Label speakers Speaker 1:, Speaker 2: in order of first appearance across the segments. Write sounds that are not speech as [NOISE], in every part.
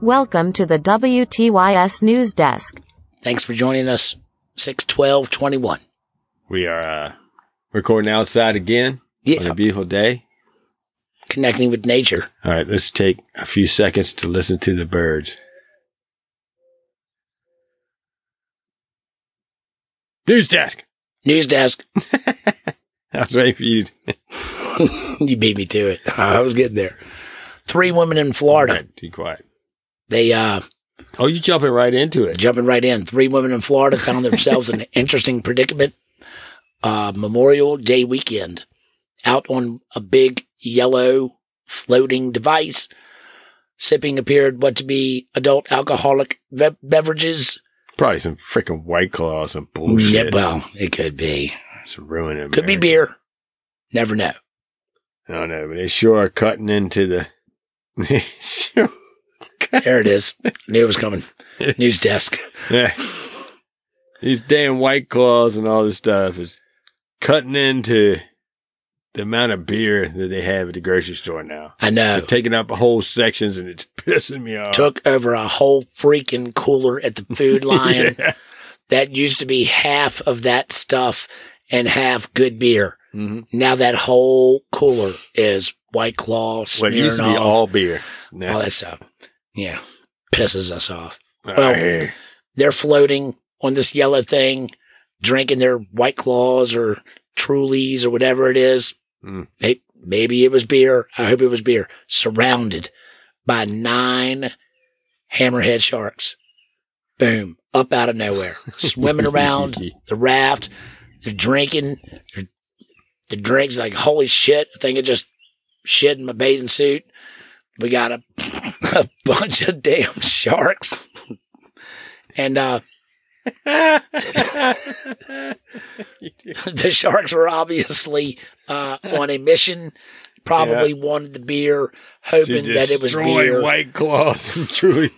Speaker 1: Welcome to the WTYS News Desk.
Speaker 2: Thanks for joining us. 61221.
Speaker 3: We are uh, recording outside again on
Speaker 2: Yeah.
Speaker 3: a beautiful day.
Speaker 2: Connecting with nature.
Speaker 3: All right, let's take a few seconds to listen to the birds. News desk. [LAUGHS]
Speaker 2: News desk. [LAUGHS]
Speaker 3: I was ready for you.
Speaker 2: you beat me to it. [LAUGHS] I was getting there. Three women in Florida.
Speaker 3: All right, be quiet.
Speaker 2: They uh
Speaker 3: Oh, you jumping right into it.
Speaker 2: jumping right in. Three women in Florida found themselves in an interesting predicament. Uh Memorial Day weekend. Out on a big yellow floating device. Sipping appeared what to be adult alcoholic ve- beverages.
Speaker 3: Probably some freaking white claws and bullshit.
Speaker 2: Mm, Yeah, well, it could be.
Speaker 3: it's ruining.
Speaker 2: Could be
Speaker 3: America.
Speaker 2: beer. Never know.
Speaker 3: I don't know, but they sure are cutting into the. [LAUGHS] they sure.
Speaker 2: There it is. Knew it was
Speaker 3: [LAUGHS]
Speaker 2: coming. News desk.
Speaker 3: Yeah. These damn white claws and all this stuff is cutting into the amount of beer that they have at the grocery store now.
Speaker 2: I
Speaker 3: They're
Speaker 2: know.
Speaker 3: taking up whole sections and it's [LAUGHS] pissing me off. [LAUGHS]
Speaker 2: Took over a whole freaking cooler at the food lion.
Speaker 3: Yeah.
Speaker 2: That used to be half of that stuff and half good beer.
Speaker 3: Mhm.
Speaker 2: Now that whole cooler is White Claw,
Speaker 3: Well, it used to
Speaker 2: Smirnoff,
Speaker 3: be
Speaker 2: all,
Speaker 3: all beer. Now,
Speaker 2: that stuff. Yeah. Pisses us off.
Speaker 3: all
Speaker 2: well-
Speaker 3: right.
Speaker 2: They're floating on this yellow thing, drinking their White Claws or Trulies or whatever it is.
Speaker 3: Mm.
Speaker 2: May- Maybe it was beer. I hope it was beer. Surrounded by nine hammerhead sharks. Boom. Up out of nowhere.
Speaker 3: [LAUGHS]
Speaker 2: Swimming around the raft. They're drinking. They're, the drink's like, holy shit. I think I just shit in my bathing suit. We got a, [LAUGHS] a bunch of damn sharks. And uh, [LAUGHS] the sharks were obviously uh, on a mission. Probably wanted the beer,
Speaker 3: To
Speaker 2: hoping that it was
Speaker 3: destroy
Speaker 2: beer. [LAUGHS]
Speaker 3: white claws [LAUGHS] and truly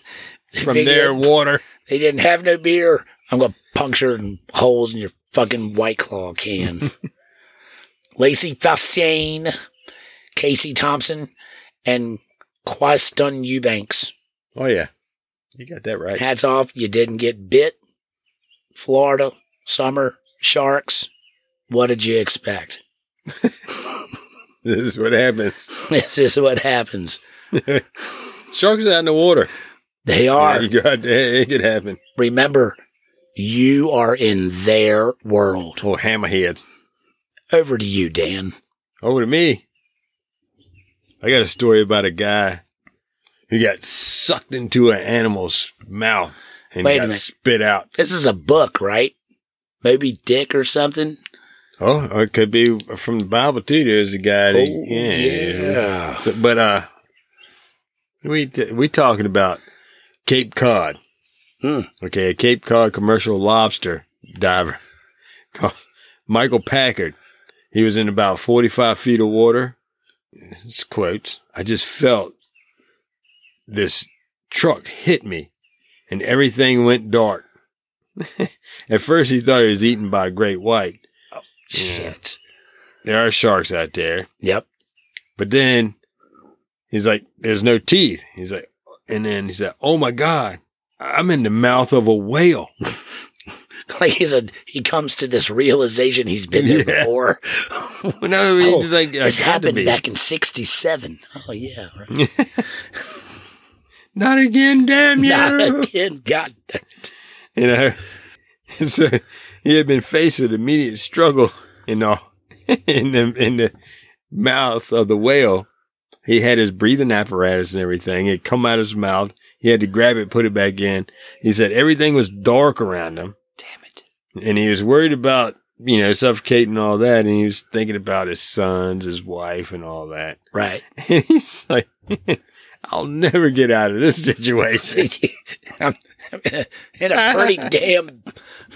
Speaker 3: from
Speaker 2: Figured-
Speaker 3: their water.
Speaker 2: They didn't have no beer. I'm gonna puncture and holes in your fucking white claw can. Lacey Fastain, Casey Thompson, and Quaston Eubanks.
Speaker 3: Oh, yeah. You got that right.
Speaker 2: Hats off, you didn't get bit. Florida, summer, sharks. What did you expect? [LAUGHS]
Speaker 3: [LAUGHS] This is what happens.
Speaker 2: This is what happens.
Speaker 3: Sharks out in the water.
Speaker 2: They
Speaker 3: Yeah,
Speaker 2: are.
Speaker 3: you got [LAUGHS] that. It could happen.
Speaker 2: Remember, you are in their world.
Speaker 3: Oh, hammerheads.
Speaker 2: Over to you, Dan.
Speaker 3: Over to me. I got a story about a guy who got sucked into an animal's mouth and
Speaker 2: Wait a
Speaker 3: got
Speaker 2: minute.
Speaker 3: spit out.
Speaker 2: This is a book, right? Moby Dick or something?
Speaker 3: Oh, or it could be from the Bible too. There's a guy. That,
Speaker 2: Oh,
Speaker 3: yeah.
Speaker 2: yeah.
Speaker 3: So- but uh, we t- we talking about Cape Cod.
Speaker 2: Hmm.
Speaker 3: Okay, a Cape Cod commercial lobster diver, [LAUGHS] called Michael Packard. He was in about forty-five feet of water. This quotes. I just felt this truck hit me, and everything went dark. At first, he thought he was eaten by a great white.
Speaker 2: Shit.
Speaker 3: There are sharks out there.
Speaker 2: Yep. [LAUGHS]
Speaker 3: But then he's like, there's no teeth. He's like, and then he said, oh my God, I'm in the mouth of a whale. [LAUGHS]
Speaker 2: Like he's a he comes to this realization he's been there
Speaker 3: [LAUGHS] Yeah.
Speaker 2: before.
Speaker 3: Well, no, he's
Speaker 2: Oh,
Speaker 3: just like, I
Speaker 2: this
Speaker 3: got to
Speaker 2: happened
Speaker 3: be.
Speaker 2: back in '67. Oh yeah,
Speaker 3: [LAUGHS]
Speaker 2: right.
Speaker 3: Not again, damn
Speaker 2: [LAUGHS]
Speaker 3: you.
Speaker 2: not again. God, damn it.
Speaker 3: you know, [LAUGHS] and so he had been faced with immediate struggle in the, [LAUGHS] in the, in the mouth of the whale. He had his breathing apparatus and everything. It come out his mouth. He had to grab it, put it back in. He said everything was dark around him.
Speaker 2: damn it.
Speaker 3: and he was worried about you know suffocating and all that and he was thinking about his sons his wife and all that [LAUGHS]
Speaker 2: Right. [LAUGHS]
Speaker 3: and he's like [LAUGHS] i'll never [LAUGHS] get out of this situation [LAUGHS]
Speaker 2: I'm in a pretty damn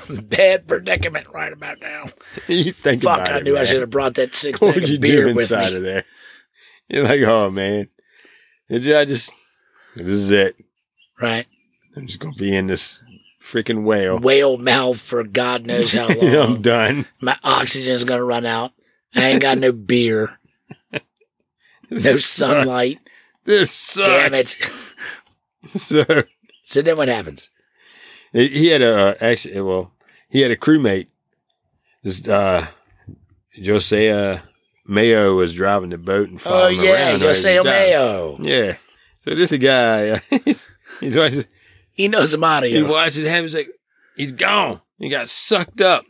Speaker 2: Bad predicament right about now.
Speaker 3: you think
Speaker 2: Fuck,
Speaker 3: about
Speaker 2: I
Speaker 3: it,
Speaker 2: knew I
Speaker 3: man.
Speaker 2: should have brought
Speaker 3: [LAUGHS]
Speaker 2: that six
Speaker 3: What
Speaker 2: pack
Speaker 3: would you
Speaker 2: of
Speaker 3: do
Speaker 2: beer with
Speaker 3: inside
Speaker 2: me.
Speaker 3: of there? You're like, oh man, did you, I just this is it?
Speaker 2: Right.
Speaker 3: I'm just gonna be in this freaking whale. [LAUGHS]
Speaker 2: Whale mouth for God knows how
Speaker 3: I'm
Speaker 2: long.
Speaker 3: done.
Speaker 2: My oxygen's going to run out. I ain't got no beer,
Speaker 3: [LAUGHS]
Speaker 2: no sunlight.
Speaker 3: This sucks.
Speaker 2: Damn it.
Speaker 3: [LAUGHS] So
Speaker 2: So then what happens?
Speaker 3: he he had a uh, actually well he had a crewmate. This uh, Josea Mayo was driving the boat
Speaker 2: Oh,
Speaker 3: and following
Speaker 2: yeah,
Speaker 3: around.
Speaker 2: you'll say
Speaker 3: all the time.
Speaker 2: Mayo.
Speaker 3: Yeah. So this a guy. [LAUGHS] uh, he's, he's watching.
Speaker 2: He knows some
Speaker 3: He
Speaker 2: audio.
Speaker 3: watched it happen. He's like, he's gone. He got sucked up.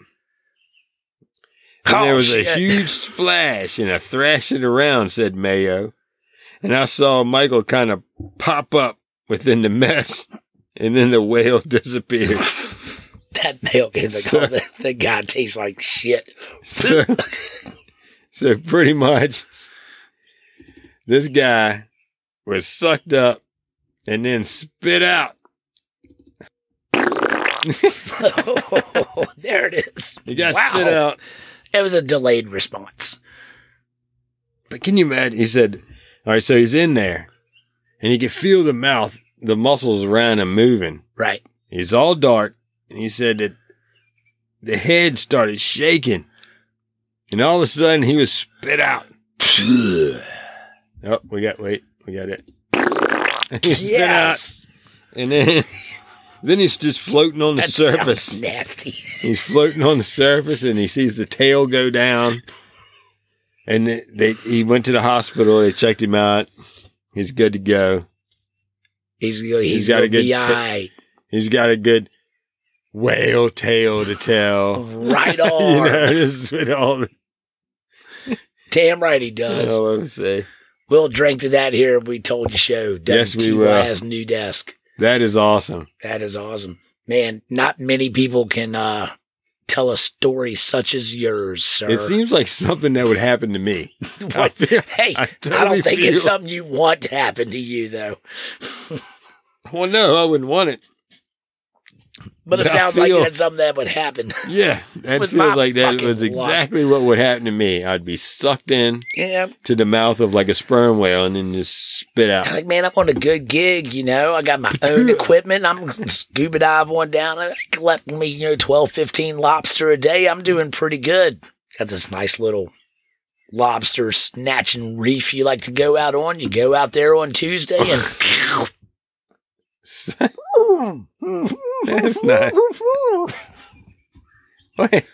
Speaker 3: And
Speaker 2: Oh,
Speaker 3: there was a
Speaker 2: shit.
Speaker 3: huge splash and a thrashing around, said Mayo. And I saw Michael kind of pop up within the mess, and then the whale [LAUGHS] disappeared.
Speaker 2: That milk in the
Speaker 3: So- [LAUGHS]
Speaker 2: that, that guy tastes like shit. [LAUGHS]
Speaker 3: so, so pretty much, this guy was sucked up and then spit out.
Speaker 2: there it is.
Speaker 3: He got spit out.
Speaker 2: It was a delayed response.
Speaker 3: But can you imagine? He said, "All right, so he's in there, and he could feel the mouth, the muscles around him moving.
Speaker 2: Right.
Speaker 3: He's all dark, and he said that the head started shaking, and all of a sudden he was spit out. Oh, we got wait, we got it. [LAUGHS] He spit out,
Speaker 2: yes.
Speaker 3: and then then he's just floating on the
Speaker 2: That
Speaker 3: surface.
Speaker 2: sounds [LAUGHS] nasty.
Speaker 3: He's floating on the surface and he sees the tail go down. And they, they- he went to the hospital. They checked him out. He's good to go.
Speaker 2: He's, he's,
Speaker 3: He's
Speaker 2: got
Speaker 3: got
Speaker 2: a
Speaker 3: a good
Speaker 2: BI
Speaker 3: He's got a good whale tail to tell.
Speaker 2: [LAUGHS] right
Speaker 3: [LAUGHS] you
Speaker 2: on.
Speaker 3: know, this is what all the,
Speaker 2: Damn right he does.
Speaker 3: all I would say.
Speaker 2: We'll drink to that here. We told you show.
Speaker 3: Yes, we will.
Speaker 2: WTYS New Desk.
Speaker 3: That is awesome.
Speaker 2: That is awesome. Man, not many people can uh, tell a story such as yours, sir.
Speaker 3: It seems like something that would happen
Speaker 2: [LAUGHS]
Speaker 3: to me. I
Speaker 2: What-
Speaker 3: feel,
Speaker 2: hey,
Speaker 3: I
Speaker 2: I,
Speaker 3: totally
Speaker 2: don't think
Speaker 3: feel-
Speaker 2: it's something you want to happen to you, though.
Speaker 3: well, no, I wouldn't want it.
Speaker 2: But it
Speaker 3: I
Speaker 2: sounds
Speaker 3: feel-
Speaker 2: like that's something that would happen. [LAUGHS]
Speaker 3: Yeah, that
Speaker 2: With my
Speaker 3: feels like that
Speaker 2: fucking
Speaker 3: was
Speaker 2: luck.
Speaker 3: exactly what would happen to me. I'd be sucked in
Speaker 2: yeah.
Speaker 3: to the mouth of like a sperm whale and then just spit
Speaker 2: [LAUGHS]
Speaker 3: out. [LAUGHS]
Speaker 2: I'm like, man, I'm on a good gig, you know. I got my own equipment. I'm scuba dive one down. I collect me, you know, 12, 15 lobster a day. I'm doing pretty good. Got this nice little lobster snatching reef you like to go out on. You go out there on Tuesday
Speaker 3: [LAUGHS]
Speaker 2: and
Speaker 3: That's
Speaker 2: [LAUGHS]
Speaker 3: not. Wait,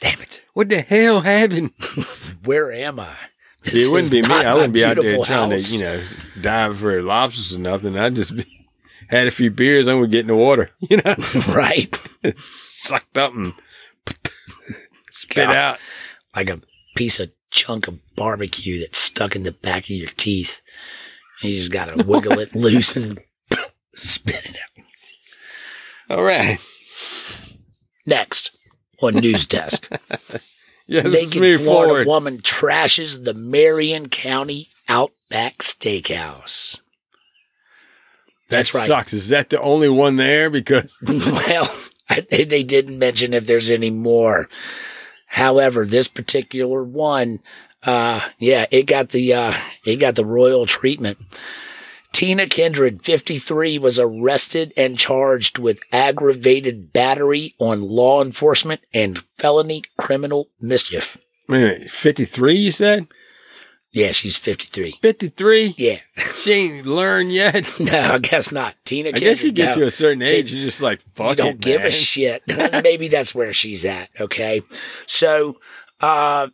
Speaker 2: damn it,
Speaker 3: what the hell happened?
Speaker 2: where am I? [LAUGHS] This
Speaker 3: it wouldn't
Speaker 2: is
Speaker 3: be me.
Speaker 2: not
Speaker 3: I
Speaker 2: my
Speaker 3: wouldn't be out there
Speaker 2: beautiful
Speaker 3: trying
Speaker 2: house.
Speaker 3: to, you know, dive for lobsters or nothing. I just be, had a few beers and would get in the water, [LAUGHS] you know,
Speaker 2: [LAUGHS] right?
Speaker 3: sucked up and [LAUGHS] spit
Speaker 2: God.
Speaker 3: out.
Speaker 2: like a piece of chunk of barbecue that's stuck in the back of your teeth. And you just gotta wiggle
Speaker 3: [LAUGHS]
Speaker 2: it loose and [LAUGHS] spit it out.
Speaker 3: All right.
Speaker 2: Next on news
Speaker 3: [LAUGHS]
Speaker 2: desk.
Speaker 3: Yeah, let's
Speaker 2: Naked
Speaker 3: move
Speaker 2: Florida
Speaker 3: forward.
Speaker 2: woman trashes the Marion County Outback Steakhouse. That's
Speaker 3: that
Speaker 2: right.
Speaker 3: sucks. Is that the only one there? Because [LAUGHS]
Speaker 2: [LAUGHS] well, I, they they didn't mention if there's any more. However, this particular one, uh, yeah, it got the uh, it got the royal treatment. Tina Kindred, 53, was arrested and charged with aggravated battery on law enforcement and felony criminal mischief.
Speaker 3: wait, a minute, fifty-three. You said
Speaker 2: Yeah, she's 53. [LAUGHS]
Speaker 3: fifty-three.
Speaker 2: Yeah,
Speaker 3: She ain't learned yet.
Speaker 2: [LAUGHS] no, I guess not. Tina
Speaker 3: I
Speaker 2: Kindred.
Speaker 3: guess you get
Speaker 2: no.
Speaker 3: to a certain
Speaker 2: She-
Speaker 3: age, you're just like, fuck
Speaker 2: you don't
Speaker 3: it,
Speaker 2: give
Speaker 3: man.
Speaker 2: a
Speaker 3: [LAUGHS]
Speaker 2: shit. [LAUGHS] Maybe that's where she's at. Okay. So, uh,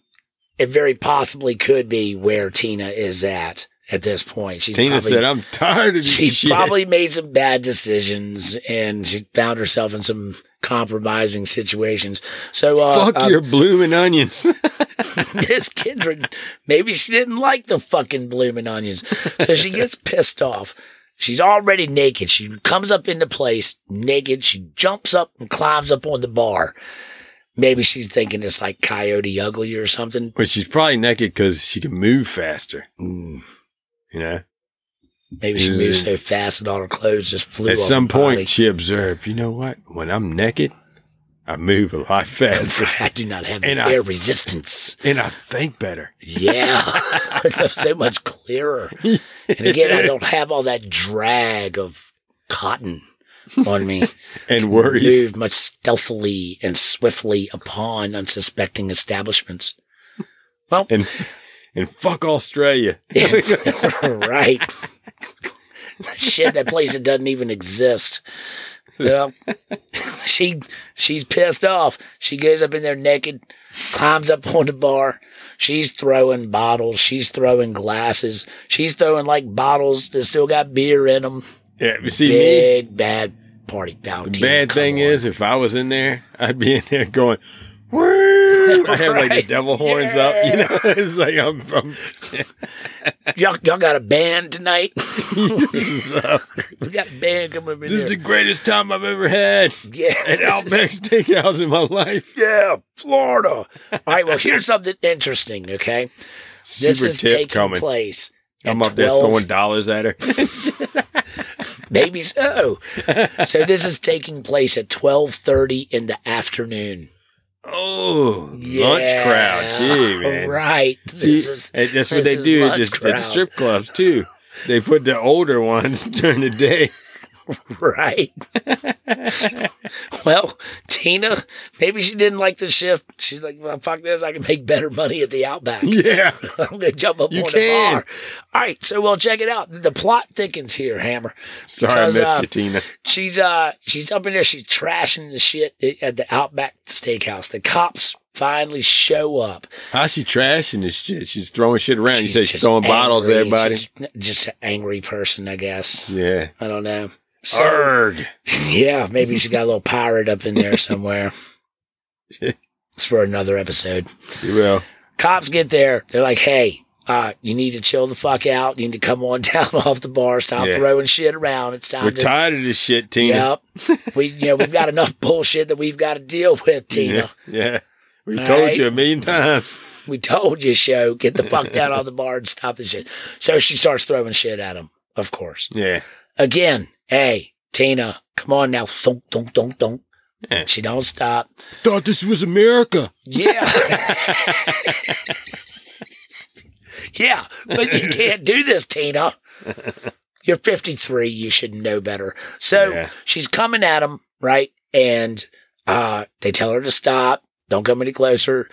Speaker 2: it very possibly could be where Tina is at at this point. She's
Speaker 3: Tina
Speaker 2: probably,
Speaker 3: said, "I'm tired of this
Speaker 2: she
Speaker 3: shit."
Speaker 2: probably made some bad decisions and she found herself in some compromising situations. So, uh,
Speaker 3: [LAUGHS] Fuck
Speaker 2: uh,
Speaker 3: your blooming onions. [LAUGHS]
Speaker 2: [LAUGHS] this Kindred, maybe she didn't like the fucking blooming onions. So she
Speaker 3: [LAUGHS]
Speaker 2: gets pissed off. She's already naked. She comes up into place naked. She jumps up and climbs up on the bar. Maybe she's thinking it's like Coyote Ugly or something.
Speaker 3: but she's probably naked because she can move faster.
Speaker 2: Mm,
Speaker 3: You know,
Speaker 2: Maybe she
Speaker 3: Is
Speaker 2: moves so
Speaker 3: it-
Speaker 2: fast that all her clothes just flew
Speaker 3: at
Speaker 2: off
Speaker 3: some
Speaker 2: her
Speaker 3: point
Speaker 2: body.
Speaker 3: she observed, "You know what? When I'm naked, I move a lot [LAUGHS] faster
Speaker 2: [LAUGHS] I do not have
Speaker 3: And
Speaker 2: the
Speaker 3: I-
Speaker 2: air resistance.
Speaker 3: and I think better.
Speaker 2: Yeah. [LAUGHS] it's so much clearer. And again, I don't have all that drag of cotton on me.
Speaker 3: And worries.
Speaker 2: Moved much stealthily and swiftly upon unsuspecting
Speaker 3: [LAUGHS]
Speaker 2: establishments. [LAUGHS]
Speaker 3: And and fuck Australia.
Speaker 2: right. Shit, that place that doesn't even exist. Well, [LAUGHS] she she's pissed off. She goes up in there naked, climbs up on the bar. She's throwing bottles. She's throwing glasses. She's throwing like bottles that still got beer in them.
Speaker 3: Yeah, but see me.
Speaker 2: Big bad party foul.
Speaker 3: The
Speaker 2: team,
Speaker 3: bad
Speaker 2: come
Speaker 3: thing
Speaker 2: on.
Speaker 3: is, if I was in there, I'd be in there going, "Woo!"
Speaker 2: [LAUGHS]
Speaker 3: I have like the
Speaker 2: Right.
Speaker 3: devil horns up. You know, [LAUGHS] it's like I'm from.
Speaker 2: y'all y'all got a band tonight. [LAUGHS] we got a band coming over
Speaker 3: uh, This
Speaker 2: there.
Speaker 3: is the greatest time I've ever had
Speaker 2: yeah,
Speaker 3: at Outback Steakhouse in my life.
Speaker 2: Yeah, Florida. All right, well, here's something interesting, okay? This
Speaker 3: Super
Speaker 2: is
Speaker 3: tip
Speaker 2: taking
Speaker 3: coming.
Speaker 2: place. at
Speaker 3: I'm up there
Speaker 2: 12
Speaker 3: throwing dollars at her. [LAUGHS]
Speaker 2: Maybe so. Oh. so this is taking place at 12.30 in the afternoon.
Speaker 3: oh,
Speaker 2: Yeah,
Speaker 3: lunch crowd. Gee, man.
Speaker 2: Right.
Speaker 3: See,
Speaker 2: This is,
Speaker 3: and that's what
Speaker 2: this
Speaker 3: they
Speaker 2: is
Speaker 3: do at,
Speaker 2: lunch
Speaker 3: this, at the
Speaker 2: crowd.
Speaker 3: strip clubs, too. They put the older ones [LAUGHS] during the day.
Speaker 2: right.
Speaker 3: [LAUGHS]
Speaker 2: well, Tina, maybe she didn't like the shift. She's like, well, fuck this. I can make better money at the Outback.
Speaker 3: Yeah.
Speaker 2: I'm going to jump up
Speaker 3: You
Speaker 2: on
Speaker 3: can.
Speaker 2: the bar. All right. So, well, check it out. The plot thickens here, Hammer.
Speaker 3: Sorry, I
Speaker 2: Because,
Speaker 3: missed
Speaker 2: uh,
Speaker 3: you, Tina.
Speaker 2: she's uh she's up in there she's trashing the shit at the outback steakhouse the cops finally show up
Speaker 3: How's she trashing this shit? She's throwing shit around. you say she's
Speaker 2: just
Speaker 3: throwing bottles at
Speaker 2: angry.
Speaker 3: everybody.
Speaker 2: She's just an angry person i guess
Speaker 3: yeah.
Speaker 2: i don't know so,
Speaker 3: Erg.
Speaker 2: [LAUGHS] yeah maybe she got a little pirate up in there
Speaker 3: [LAUGHS]
Speaker 2: somewhere it's for another episode
Speaker 3: Well,
Speaker 2: cops get there they're like hey uh, you need to chill the fuck out. You need to come on [LAUGHS] down off the bar. Stop
Speaker 3: Yeah.
Speaker 2: throwing shit around. It's time
Speaker 3: we're
Speaker 2: to
Speaker 3: tired of this shit, Tina. [LAUGHS]
Speaker 2: Yep. [LAUGHS] we you know we've got enough bullshit that we've got to deal with, Tina.
Speaker 3: Yeah. yeah. We
Speaker 2: All
Speaker 3: told
Speaker 2: right.
Speaker 3: you a million times.
Speaker 2: We told you, show get the fuck down off the bar and stop the shit. So she starts throwing shit at him. Of course.
Speaker 3: Yeah.
Speaker 2: Again, hey Tina, come on now, thunk thunk thunk thunk.
Speaker 3: Yeah.
Speaker 2: She don't stop.
Speaker 3: Thought this was America.
Speaker 2: Yeah. [LAUGHS] yeah, but you can't do this, Tina. You're 53. You should know better. So
Speaker 3: Yeah.
Speaker 2: she's coming at him, right? And uh, they tell her to stop. Don't come any closer.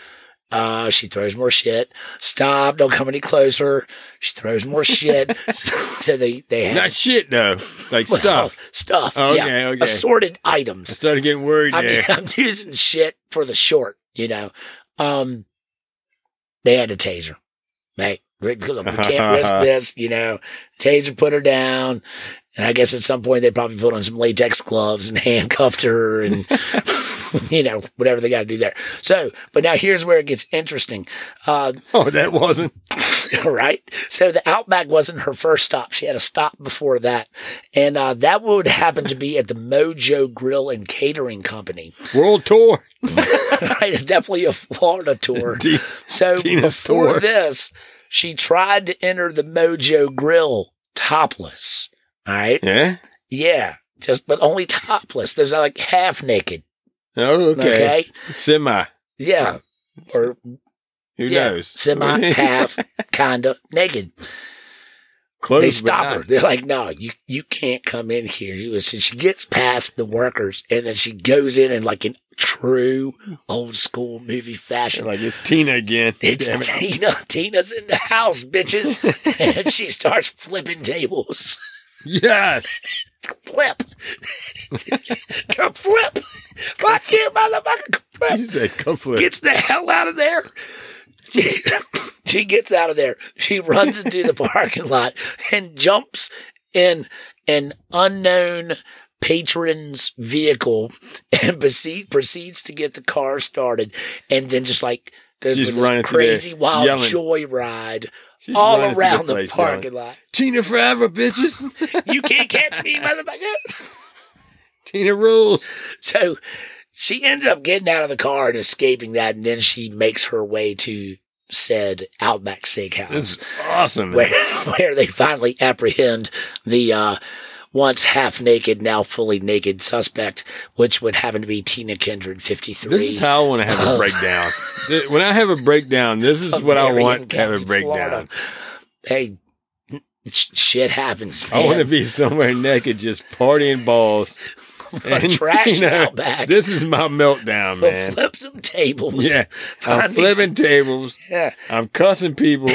Speaker 2: Uh, she throws more shit. Stop. Don't come any closer. She throws more [LAUGHS] shit. so they, they have
Speaker 3: Not shit, though. Like
Speaker 2: well,
Speaker 3: stuff.
Speaker 2: Stuff. Oh,
Speaker 3: Okay,
Speaker 2: yeah.
Speaker 3: okay.
Speaker 2: Assorted items.
Speaker 3: I started getting worried
Speaker 2: I mean,
Speaker 3: there.
Speaker 2: I'm using shit for the short, you know. Um, they had a taser, mate. We we can't risk this, you know. Taser put her down, and I guess at some point they probably put on some latex gloves and [LAUGHS] handcuffed her, and you know whatever they got to do there. So, but now here's where it gets interesting. Uh, [LAUGHS]
Speaker 3: [LAUGHS] Oh, that wasn't.
Speaker 2: all right. So the Outback wasn't her first stop. She had a stop before that. And uh, that would happen to be at the Mojo Grill and Catering Company.
Speaker 3: World tour.
Speaker 2: right? It's definitely a Florida
Speaker 3: [LAUGHS]
Speaker 2: tour.
Speaker 3: T-
Speaker 2: So
Speaker 3: Tina's
Speaker 2: before
Speaker 3: tour.
Speaker 2: this, she tried to enter the Mojo Grill topless. All right.
Speaker 3: Yeah.
Speaker 2: Yeah. Just, but only topless. There's uh, like half naked.
Speaker 3: Oh, okay.
Speaker 2: Okay.
Speaker 3: Semi.
Speaker 2: Yeah. Or
Speaker 3: Who
Speaker 2: yeah,
Speaker 3: knows? [LAUGHS]
Speaker 2: semi, half, kinda naked.
Speaker 3: Close,
Speaker 2: they
Speaker 3: but
Speaker 2: stop
Speaker 3: not.
Speaker 2: her. They're like, no, you, you can't come in here. You, so she gets past the workers and then she goes in and like in true old school movie fashion.
Speaker 3: Like it's Tina again.
Speaker 2: It's
Speaker 3: Damn it.
Speaker 2: Tina. Tina's in the house,
Speaker 3: [LAUGHS]
Speaker 2: bitches. and she starts flipping tables.
Speaker 3: Yes.
Speaker 2: Flip. [LAUGHS] Come flip. Fuck you, motherfucker. Come flip.
Speaker 3: He said
Speaker 2: [LAUGHS]
Speaker 3: conflict.
Speaker 2: Gets the hell out of there. [LAUGHS] she gets out of there. She runs into the parking lot and jumps in an unknown patron's vehicle and proceed, proceeds to get the car started and then just like goes
Speaker 3: She's
Speaker 2: with this
Speaker 3: running through there,
Speaker 2: crazy wild
Speaker 3: yelling.
Speaker 2: joyride
Speaker 3: She's
Speaker 2: all
Speaker 3: running through
Speaker 2: around the,
Speaker 3: place,
Speaker 2: parking
Speaker 3: y'all. Tina forever, bitches. [LAUGHS]
Speaker 2: lot. You can't catch me, motherfuckers.
Speaker 3: Tina rules.
Speaker 2: So she ends up getting out of the car and escaping that, and then she makes her way to said Outback [LAUGHS] Steakhouse,
Speaker 3: It's awesome. man.
Speaker 2: where where they finally apprehend the uh, once half naked, now fully naked suspect, which would happen to be Tina Kindred, 53.
Speaker 3: This is how I want to have a
Speaker 2: of-
Speaker 3: breakdown. Th- when I have a breakdown, this is
Speaker 2: Oh. of
Speaker 3: what I
Speaker 2: Marion
Speaker 3: want to have a
Speaker 2: County, Florida.
Speaker 3: breakdown.
Speaker 2: Hey, sh- shit happens,
Speaker 3: I want to
Speaker 2: man.
Speaker 3: be somewhere naked, just
Speaker 2: [LAUGHS]
Speaker 3: partying balls.
Speaker 2: A trash outback.
Speaker 3: This is my
Speaker 2: [LAUGHS]
Speaker 3: meltdown,
Speaker 2: We'll
Speaker 3: man.
Speaker 2: flip some tables. [LAUGHS]
Speaker 3: Yeah, I'm
Speaker 2: Find me some-
Speaker 3: flipping tables.
Speaker 2: yeah.
Speaker 3: I'm cussing
Speaker 2: [LAUGHS]
Speaker 3: people.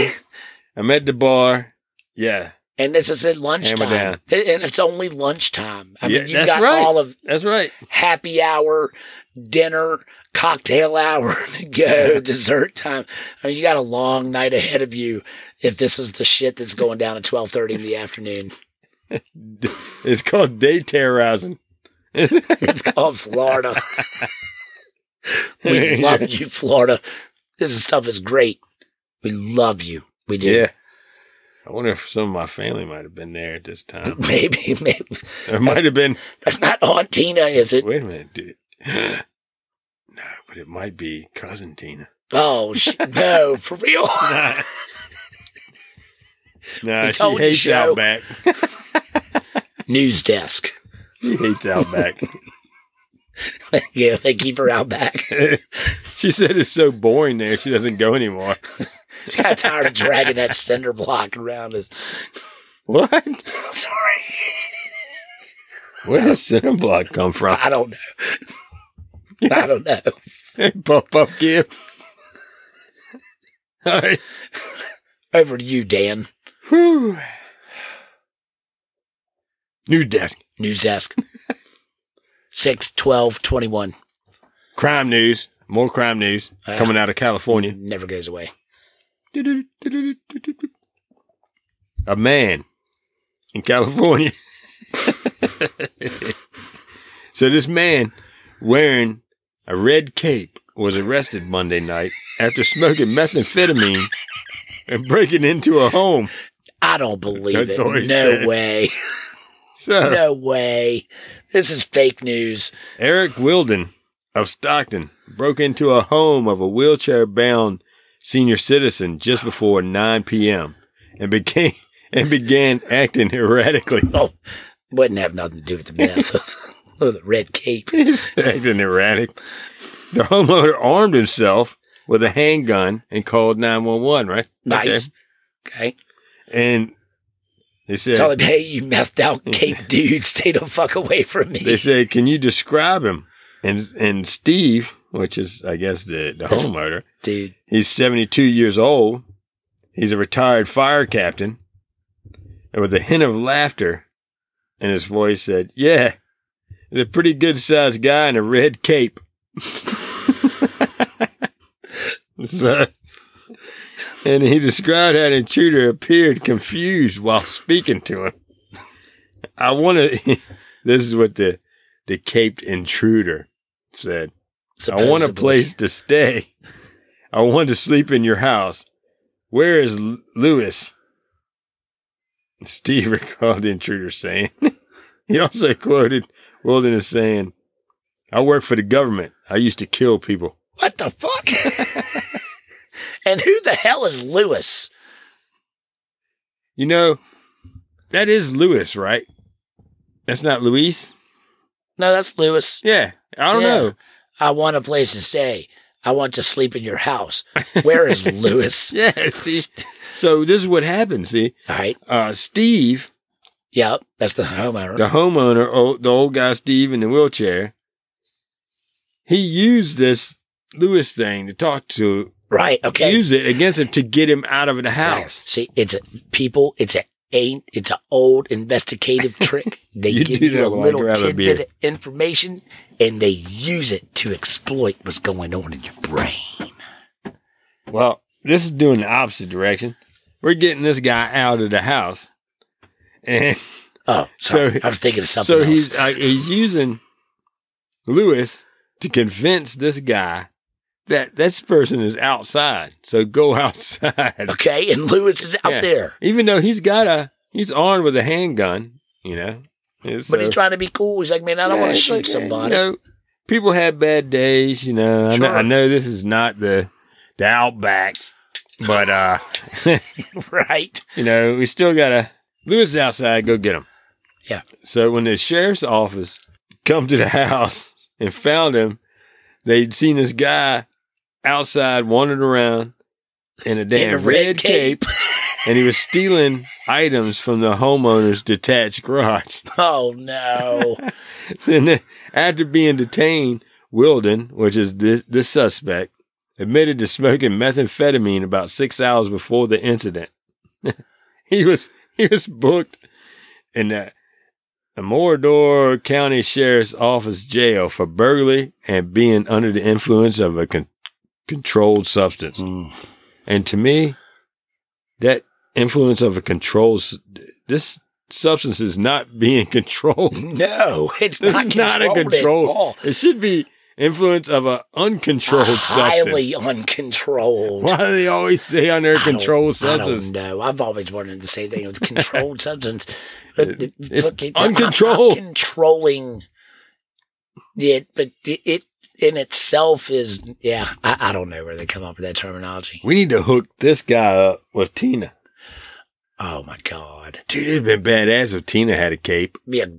Speaker 3: I'm at the bar. Yeah,
Speaker 2: And this is at
Speaker 3: down.
Speaker 2: lunchtime. Th- And it's only lunchtime. I
Speaker 3: Yeah,
Speaker 2: mean,
Speaker 3: that's
Speaker 2: you've got
Speaker 3: right.
Speaker 2: all of
Speaker 3: that's right.
Speaker 2: happy hour, dinner, cocktail hour [LAUGHS] to go, dessert time. I mean, you got a long night ahead of you if this is the shit that's going down at 1230 in the afternoon.
Speaker 3: It's called day terrorizing.
Speaker 2: It's called Florida.
Speaker 3: [LAUGHS]
Speaker 2: We love you, Florida. This is- stuff is great. We love you. We do.
Speaker 3: Yeah. I wonder if some of my family might have been there at this time.
Speaker 2: [LAUGHS] [LAUGHS] Maybe, maybe
Speaker 3: There might have been.
Speaker 2: that's not Aunt Tina, is it?
Speaker 3: Wait a minute, dude. [GASPS] no, but it might be
Speaker 2: [LAUGHS]
Speaker 3: cousin Tina.
Speaker 2: Oh sh- no, for real.
Speaker 3: Nah, Nah,
Speaker 2: We
Speaker 3: she
Speaker 2: told you
Speaker 3: hates
Speaker 2: so.
Speaker 3: Outback.
Speaker 2: News desk. [LAUGHS]
Speaker 3: She hates Outback.
Speaker 2: yeah, they keep her out back.
Speaker 3: [LAUGHS] she said it's so boring there. She doesn't go anymore. [LAUGHS]
Speaker 2: She got tired of dragging that cinder block around us. [LAUGHS]
Speaker 3: What?
Speaker 2: I'm sorry.
Speaker 3: Where does Cinnablock come from? [LAUGHS]
Speaker 2: I don't know. I don't know.
Speaker 3: Pop up give. [LAUGHS] All right.
Speaker 2: Over to you, Dan.
Speaker 3: Whew. New desk.
Speaker 2: News desk. 6 12 21.
Speaker 3: Crime news. More crime news
Speaker 2: Ah.
Speaker 3: coming out of California.
Speaker 2: Never goes away.
Speaker 3: A man in California. [LAUGHS] so this man wearing a red cape was arrested Monday night after smoking methamphetamine and breaking into a home.
Speaker 2: I don't believe
Speaker 3: That's
Speaker 2: it.
Speaker 3: all he
Speaker 2: No
Speaker 3: [LAUGHS] said.
Speaker 2: way.
Speaker 3: So
Speaker 2: No way. This is fake news.
Speaker 3: Eric Wilden of Stockton broke into a home of a wheelchair bound senior citizen just before 9 p.m. and became and began acting erratically.
Speaker 2: Oh, wouldn't have nothing to do with the
Speaker 3: [LAUGHS]
Speaker 2: meth or the red cape.
Speaker 3: acting erratic. The homeowner armed himself with a handgun and called 911, right?
Speaker 2: Nice. Okay.
Speaker 3: Okay. And they said
Speaker 2: Tell him, hey, you methed out cape dude, stay the fuck away from
Speaker 3: they
Speaker 2: me.
Speaker 3: said, "Can you describe him?" And and Steve, which is I guess the the
Speaker 2: That's-
Speaker 3: homeowner,
Speaker 2: Dude,
Speaker 3: He's 72 years old. He's a retired fire captain. And with a hint of laughter in his voice said, Yeah, he's a pretty good sized guy in a red cape. [LAUGHS] so, and he described how the intruder appeared confused while speaking to him. I want to. [LAUGHS] this is what the, the caped intruder said. I want a
Speaker 2: supposedly.
Speaker 3: place to stay. I want to sleep in your house. Where is L- Lewis? Steve [LAUGHS] recalled the intruder saying. [LAUGHS] he also quoted Wilden as saying, I work for the government. I used to kill people.
Speaker 2: What the fuck?
Speaker 3: [LAUGHS]
Speaker 2: and who the hell is Lewis?
Speaker 3: You know, that is Lewis, right? That's not Luis?
Speaker 2: No, that's Lewis.
Speaker 3: Yeah. I don't
Speaker 2: Yeah.
Speaker 3: know.
Speaker 2: I want a place to stay. I want to sleep in your house. Where
Speaker 3: [LAUGHS]
Speaker 2: is Lewis?
Speaker 3: Yeah. See, so this is what happened. See,
Speaker 2: All right.
Speaker 3: uh, Steve
Speaker 2: Yep. That's the homeowner.
Speaker 3: the homeowner, old, the old guy Steve in the wheelchair, he used this Lewis thing to talk to,
Speaker 2: Right. Okay.
Speaker 3: use it against him to get him out of the house.
Speaker 2: See, it's a people. It's a ain't. It's an old
Speaker 3: [LAUGHS]
Speaker 2: investigative trick. They
Speaker 3: You
Speaker 2: give
Speaker 3: do
Speaker 2: you
Speaker 3: that
Speaker 2: a
Speaker 3: while I
Speaker 2: little
Speaker 3: grab a
Speaker 2: tidbit
Speaker 3: beer.
Speaker 2: of information, and they use it to exploit what's going on in your brain.
Speaker 3: Well, this is doing the opposite direction. We're getting this guy out of the house, and [LAUGHS]
Speaker 2: Oh, sorry.
Speaker 3: So-
Speaker 2: I was thinking of something
Speaker 3: so
Speaker 2: else.
Speaker 3: he's uh, he's using Lewis to convince this guy that this person is outside. So go [LAUGHS] outside.
Speaker 2: okay, and Lewis is out
Speaker 3: Yeah.
Speaker 2: there,
Speaker 3: Even though he's got a he's armed with a handgun, you know. And
Speaker 2: but he's
Speaker 3: so-
Speaker 2: trying to be cool. He's like, man, I don't
Speaker 3: Yeah,
Speaker 2: want to
Speaker 3: it's
Speaker 2: shoot
Speaker 3: like, uh,
Speaker 2: somebody.
Speaker 3: You know, people have bad days, you know. I, know.
Speaker 2: Sure.
Speaker 3: I know this is not the the outback,
Speaker 2: [LAUGHS]
Speaker 3: but uh,
Speaker 2: right.
Speaker 3: you know, we still gotta Lewis is outside. Go get him.
Speaker 2: Yeah.
Speaker 3: So when the sheriff's office come to the [LAUGHS] house and found him, they'd seen this guy outside wandering around in a damn
Speaker 2: a
Speaker 3: red,
Speaker 2: red
Speaker 3: cape, and he was stealing items from the homeowner's detached garage.
Speaker 2: Oh no.
Speaker 3: [LAUGHS] and then after being detained, Wilden, which is this, this suspect, admitted to smoking methamphetamine about six hours before the incident. [LAUGHS] he was he was booked in the Amorador County Sheriff's Office jail for burglary and being under the influence of a con- controlled substance.
Speaker 2: Mm.
Speaker 3: And to me, that influence of a controlled s- this substance is not being [LAUGHS] controlled.
Speaker 2: No, it's
Speaker 3: This
Speaker 2: not,
Speaker 3: is not a
Speaker 2: controlled at
Speaker 3: control.
Speaker 2: all.
Speaker 3: It should be influence of an uncontrolled
Speaker 2: Highly
Speaker 3: substance.
Speaker 2: uncontrolled.
Speaker 3: Why do they always say on there
Speaker 2: I don't-
Speaker 3: controlled
Speaker 2: I
Speaker 3: substance?
Speaker 2: don't know. I've always wanted to say thing. It was
Speaker 3: [LAUGHS]
Speaker 2: controlled substance. But the-
Speaker 3: Uh, It's
Speaker 2: look, it- I'm not
Speaker 3: uncontrolled.
Speaker 2: controlling it, but it- it in itself is yeah. I, I don't know where they come up with that terminology.
Speaker 3: We need to hook this guy up with Tina.
Speaker 2: Oh my god,
Speaker 3: Dude, it'd been badass if Tina had a cape. [LAUGHS]
Speaker 2: be a [LAUGHS]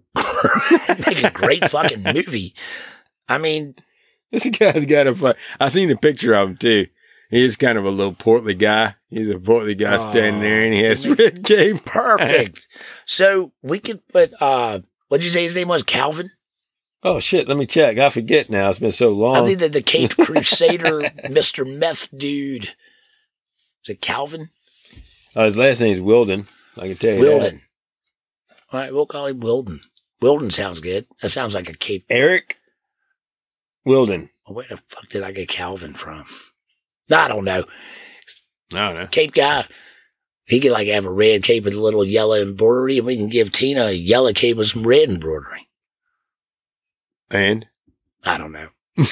Speaker 2: make a great fucking movie. I mean,
Speaker 3: This guy's got a fu- I seen a picture of him too. He's kind of a little portly guy. He's a portly guy standing there and he has [LAUGHS]
Speaker 2: Oh.
Speaker 3: red cape.
Speaker 2: perfect. so we could put uh, what'd you say his name was? Calvin.
Speaker 3: Oh shit, let me check. I forget now. It's been so
Speaker 2: I
Speaker 3: long.
Speaker 2: think that the Cape Crusader, Mister Meth Dude, is it Calvin?
Speaker 3: oh, his last name's Wilden. I can tell you. Wilden.
Speaker 2: Wilden. All right, we'll call him Wilden. Wilden sounds good. That sounds like a Cape.
Speaker 3: Eric Wilden.
Speaker 2: Where the fuck did I get Calvin from? I don't know.
Speaker 3: I don't know.
Speaker 2: Cape guy. He could like have a red cape with a little yellow embroidery, and we can give Tina a yellow cape with some red embroidery.
Speaker 3: And
Speaker 2: I don't know.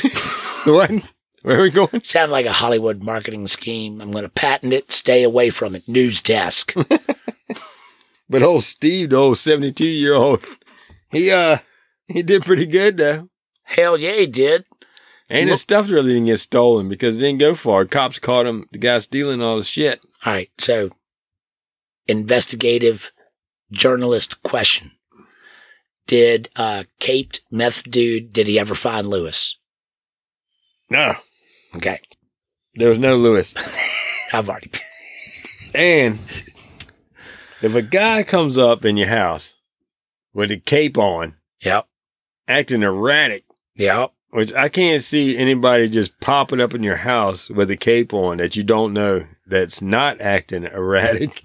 Speaker 3: [LAUGHS] what? Where are we going?
Speaker 2: Sound like a Hollywood marketing scheme. I'm going to patent it. Stay away from it. News
Speaker 3: [LAUGHS]
Speaker 2: desk.
Speaker 3: But old Steve, the old seventy-two year old, he uh he did pretty good though.
Speaker 2: Hell yeah, he did.
Speaker 3: And his stuff really didn't get stolen because it didn't go far. Cops caught him, the guy stealing all the shit.
Speaker 2: All right. So, investigative journalist question: Did uh, caped meth dude? Did he ever find Lewis?
Speaker 3: No.
Speaker 2: Okay,
Speaker 3: There was no Lewis.
Speaker 2: I've already. [LAUGHS]
Speaker 3: And if a guy comes up in your house with a cape on,
Speaker 2: Yep.
Speaker 3: acting erratic,
Speaker 2: Yep.
Speaker 3: which I can't see anybody just popping up in your house with a cape on that you don't know that's not acting erratic.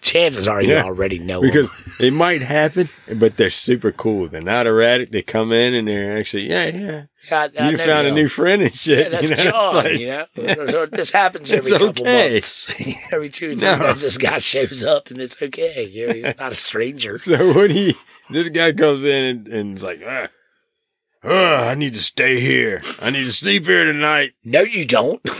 Speaker 2: Chances are you
Speaker 3: Yeah.
Speaker 2: already know him.
Speaker 3: because it might happen, but they're super cool. They're not erratic. They come in and they're actually, yeah, yeah.
Speaker 2: I- I
Speaker 3: you
Speaker 2: know
Speaker 3: found a
Speaker 2: him.
Speaker 3: new friend and shit.
Speaker 2: Yeah, that's
Speaker 3: [LAUGHS] you know? It's
Speaker 2: John.
Speaker 3: like-
Speaker 2: you know, So this happens every
Speaker 3: [LAUGHS] It's
Speaker 2: couple
Speaker 3: okay. [LAUGHS]
Speaker 2: months. every two three
Speaker 3: No.
Speaker 2: months, this guy shows up, and it's okay. You know, he's not a stranger.
Speaker 3: So when he, this guy comes in and, and is like, ah, ah, I need to stay here. I need to sleep here tonight. [LAUGHS]
Speaker 2: No, you don't. [LAUGHS]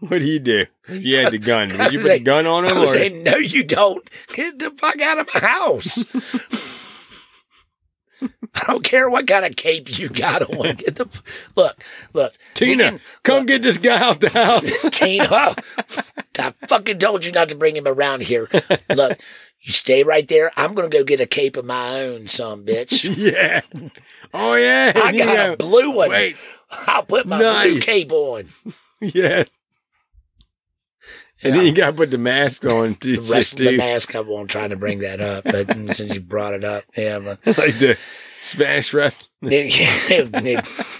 Speaker 3: What do you do? If you had the gun,
Speaker 2: [LAUGHS] I
Speaker 3: would you
Speaker 2: was
Speaker 3: put a
Speaker 2: like-
Speaker 3: gun on him?
Speaker 2: I
Speaker 3: Or,
Speaker 2: was saying, no, you don't. Get the fuck out of my
Speaker 3: [LAUGHS]
Speaker 2: house. I don't care what kind of cape you got on. Get the look, look,
Speaker 3: Tina,
Speaker 2: we
Speaker 3: come get this guy out the house. [LAUGHS]
Speaker 2: Tina. Oh, I fucking told you not to bring him around here. Look, you stay right there. I'm gonna go get a cape of my own, son of a bitch.
Speaker 3: yeah. Oh, yeah.
Speaker 2: I
Speaker 3: you
Speaker 2: got
Speaker 3: know.
Speaker 2: a blue one.
Speaker 3: Wait.
Speaker 2: I'll put my blue
Speaker 3: Nice.
Speaker 2: cape on.
Speaker 3: Yeah. And then you got to put the mask on.
Speaker 2: The rest of the mask, I won't try to bring that up, but since you brought it up, yeah,
Speaker 3: [LAUGHS]
Speaker 2: but
Speaker 3: like the Spanish wrestling.
Speaker 2: It- [LAUGHS] it-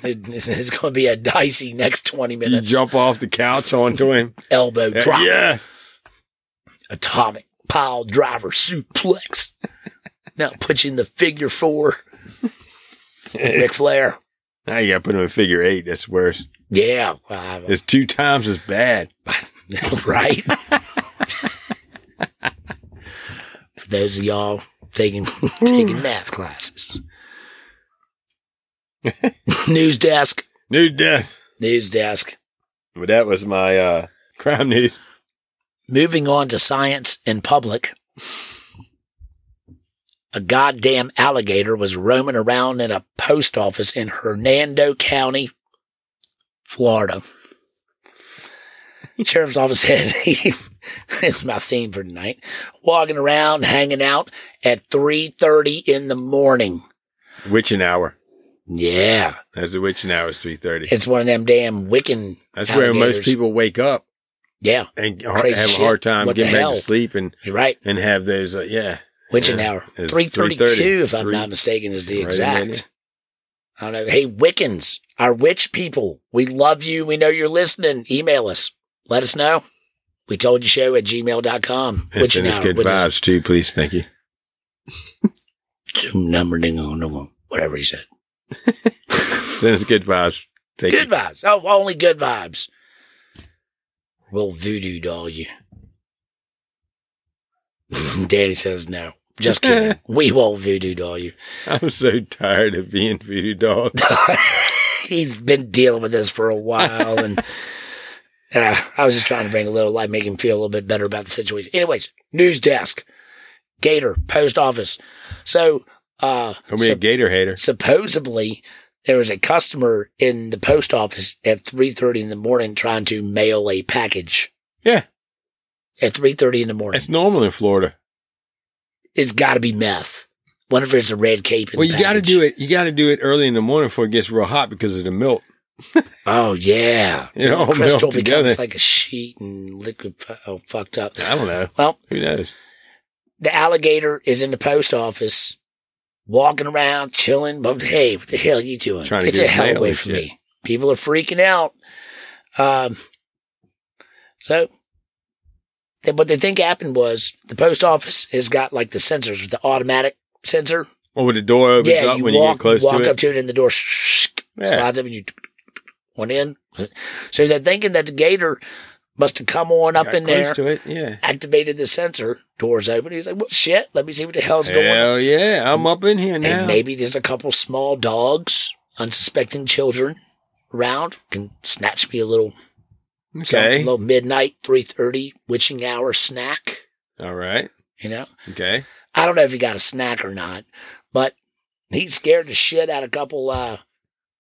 Speaker 2: it- it's it's going to be a dicey next 20
Speaker 3: You
Speaker 2: minutes.
Speaker 3: jump off the couch
Speaker 2: [LAUGHS]
Speaker 3: onto him.
Speaker 2: Elbow drop,
Speaker 3: Yes.
Speaker 2: atomic pile driver suplex. now put you in the figure
Speaker 3: [LAUGHS]
Speaker 2: four. Ric Flair.
Speaker 3: Now you got to put him in figure eight. That's worse.
Speaker 2: Yeah. well,
Speaker 3: It's two times as bad.
Speaker 2: I- [LAUGHS] right? For those of y'all taking, [LAUGHS] taking math classes. news desk.
Speaker 3: New death.
Speaker 2: News desk.
Speaker 3: But that was my uh, crime news.
Speaker 2: Moving on to science in public. A goddamn alligator was roaming around in a post office in Hernando County,
Speaker 3: [LAUGHS]
Speaker 2: Florida. Sheriff's office said [LAUGHS] he it's my theme for tonight. Walking around, hanging out at 3.30 in the morning.
Speaker 3: Witching hour.
Speaker 2: Yeah.
Speaker 3: That's the witching hour is three thirty.
Speaker 2: It's one of them damn Wiccan.
Speaker 3: That's where most
Speaker 2: alligators.
Speaker 3: people wake up
Speaker 2: Yeah,
Speaker 3: and har-
Speaker 2: Crazy
Speaker 3: have
Speaker 2: shit.
Speaker 3: a hard time
Speaker 2: What the
Speaker 3: getting back
Speaker 2: hell?
Speaker 3: to sleep and
Speaker 2: you're right.
Speaker 3: and have those uh, yeah
Speaker 2: Witching
Speaker 3: Yeah,
Speaker 2: hour.
Speaker 3: it's
Speaker 2: 3.32,
Speaker 3: 3:30.
Speaker 2: if I'm
Speaker 3: Three-
Speaker 2: not mistaken, is the
Speaker 3: Right in
Speaker 2: exact.
Speaker 3: there.
Speaker 2: I don't know. Hey, Wiccans, our witch people, we love you. We know you're listening. Email us. Let us know. We told you show at gmail.com.
Speaker 3: and send us good vibes too, please. Thank you.
Speaker 2: Zoom number ding on the one. Whatever he said.
Speaker 3: Send us good vibes. Take
Speaker 2: good vibes. Oh, only good vibes. We'll voodoo doll you. [LAUGHS] Danny says no. Just
Speaker 3: [LAUGHS]
Speaker 2: kidding. we won't voodoo doll you.
Speaker 3: [LAUGHS] I'm so tired of being voodoo dog.
Speaker 2: [LAUGHS] he's been dealing with this for a while
Speaker 3: [LAUGHS]
Speaker 2: and uh, i was just trying to bring a little light make him feel a little bit better about the situation anyways news desk gator post office so uh
Speaker 3: Don't be a
Speaker 2: sup-
Speaker 3: gator hater.
Speaker 2: supposedly there was a customer in the post office at 3.30 in the morning trying to mail a package
Speaker 3: Yeah.
Speaker 2: at 3.30 in the morning
Speaker 3: That's normal in Florida.
Speaker 2: it's got to be meth whenever it's a red cape in
Speaker 3: Well,
Speaker 2: the
Speaker 3: you got to
Speaker 2: package.
Speaker 3: do it. You got to do it early in the morning before it gets real hot because of the milk.
Speaker 2: Oh yeah,
Speaker 3: It all melt
Speaker 2: crystal becomes
Speaker 3: together.
Speaker 2: like a sheet and liquid. Oh, fucked up.
Speaker 3: I don't know.
Speaker 2: Well,
Speaker 3: Who knows?
Speaker 2: the alligator is in the post office, walking around, chilling. But hey, what the hell are you doing?
Speaker 3: Trying to
Speaker 2: Get
Speaker 3: get
Speaker 2: the
Speaker 3: his
Speaker 2: hell
Speaker 3: mail
Speaker 2: away
Speaker 3: and
Speaker 2: from
Speaker 3: shit.
Speaker 2: me. People are freaking out. Um, so, th- what they think happened was the post office has got like the sensors with the automatic sensor.
Speaker 3: Or when the door opens
Speaker 2: yeah,
Speaker 3: up
Speaker 2: you
Speaker 3: when you
Speaker 2: walk,
Speaker 3: get close
Speaker 2: walk
Speaker 3: to
Speaker 2: up
Speaker 3: it.
Speaker 2: to it, and the door sh- sh-
Speaker 3: Yeah.
Speaker 2: slides up, and you went in. So they're thinking that the gator must have come on up
Speaker 3: Got
Speaker 2: in
Speaker 3: close
Speaker 2: there
Speaker 3: to it. Yeah.
Speaker 2: activated the sensor, doors open. He's like, well, shit, let me see what the hell's going on.
Speaker 3: Hell yeah! I'm up in here now.
Speaker 2: And maybe there's a couple small dogs, unsuspecting children around, can snatch me a little, some-
Speaker 3: okay.
Speaker 2: little midnight, 3.30, witching hour snack,
Speaker 3: All right.
Speaker 2: you know?
Speaker 3: Okay.
Speaker 2: I don't know if he got a snack or not, but he scared the shit out of a couple uh,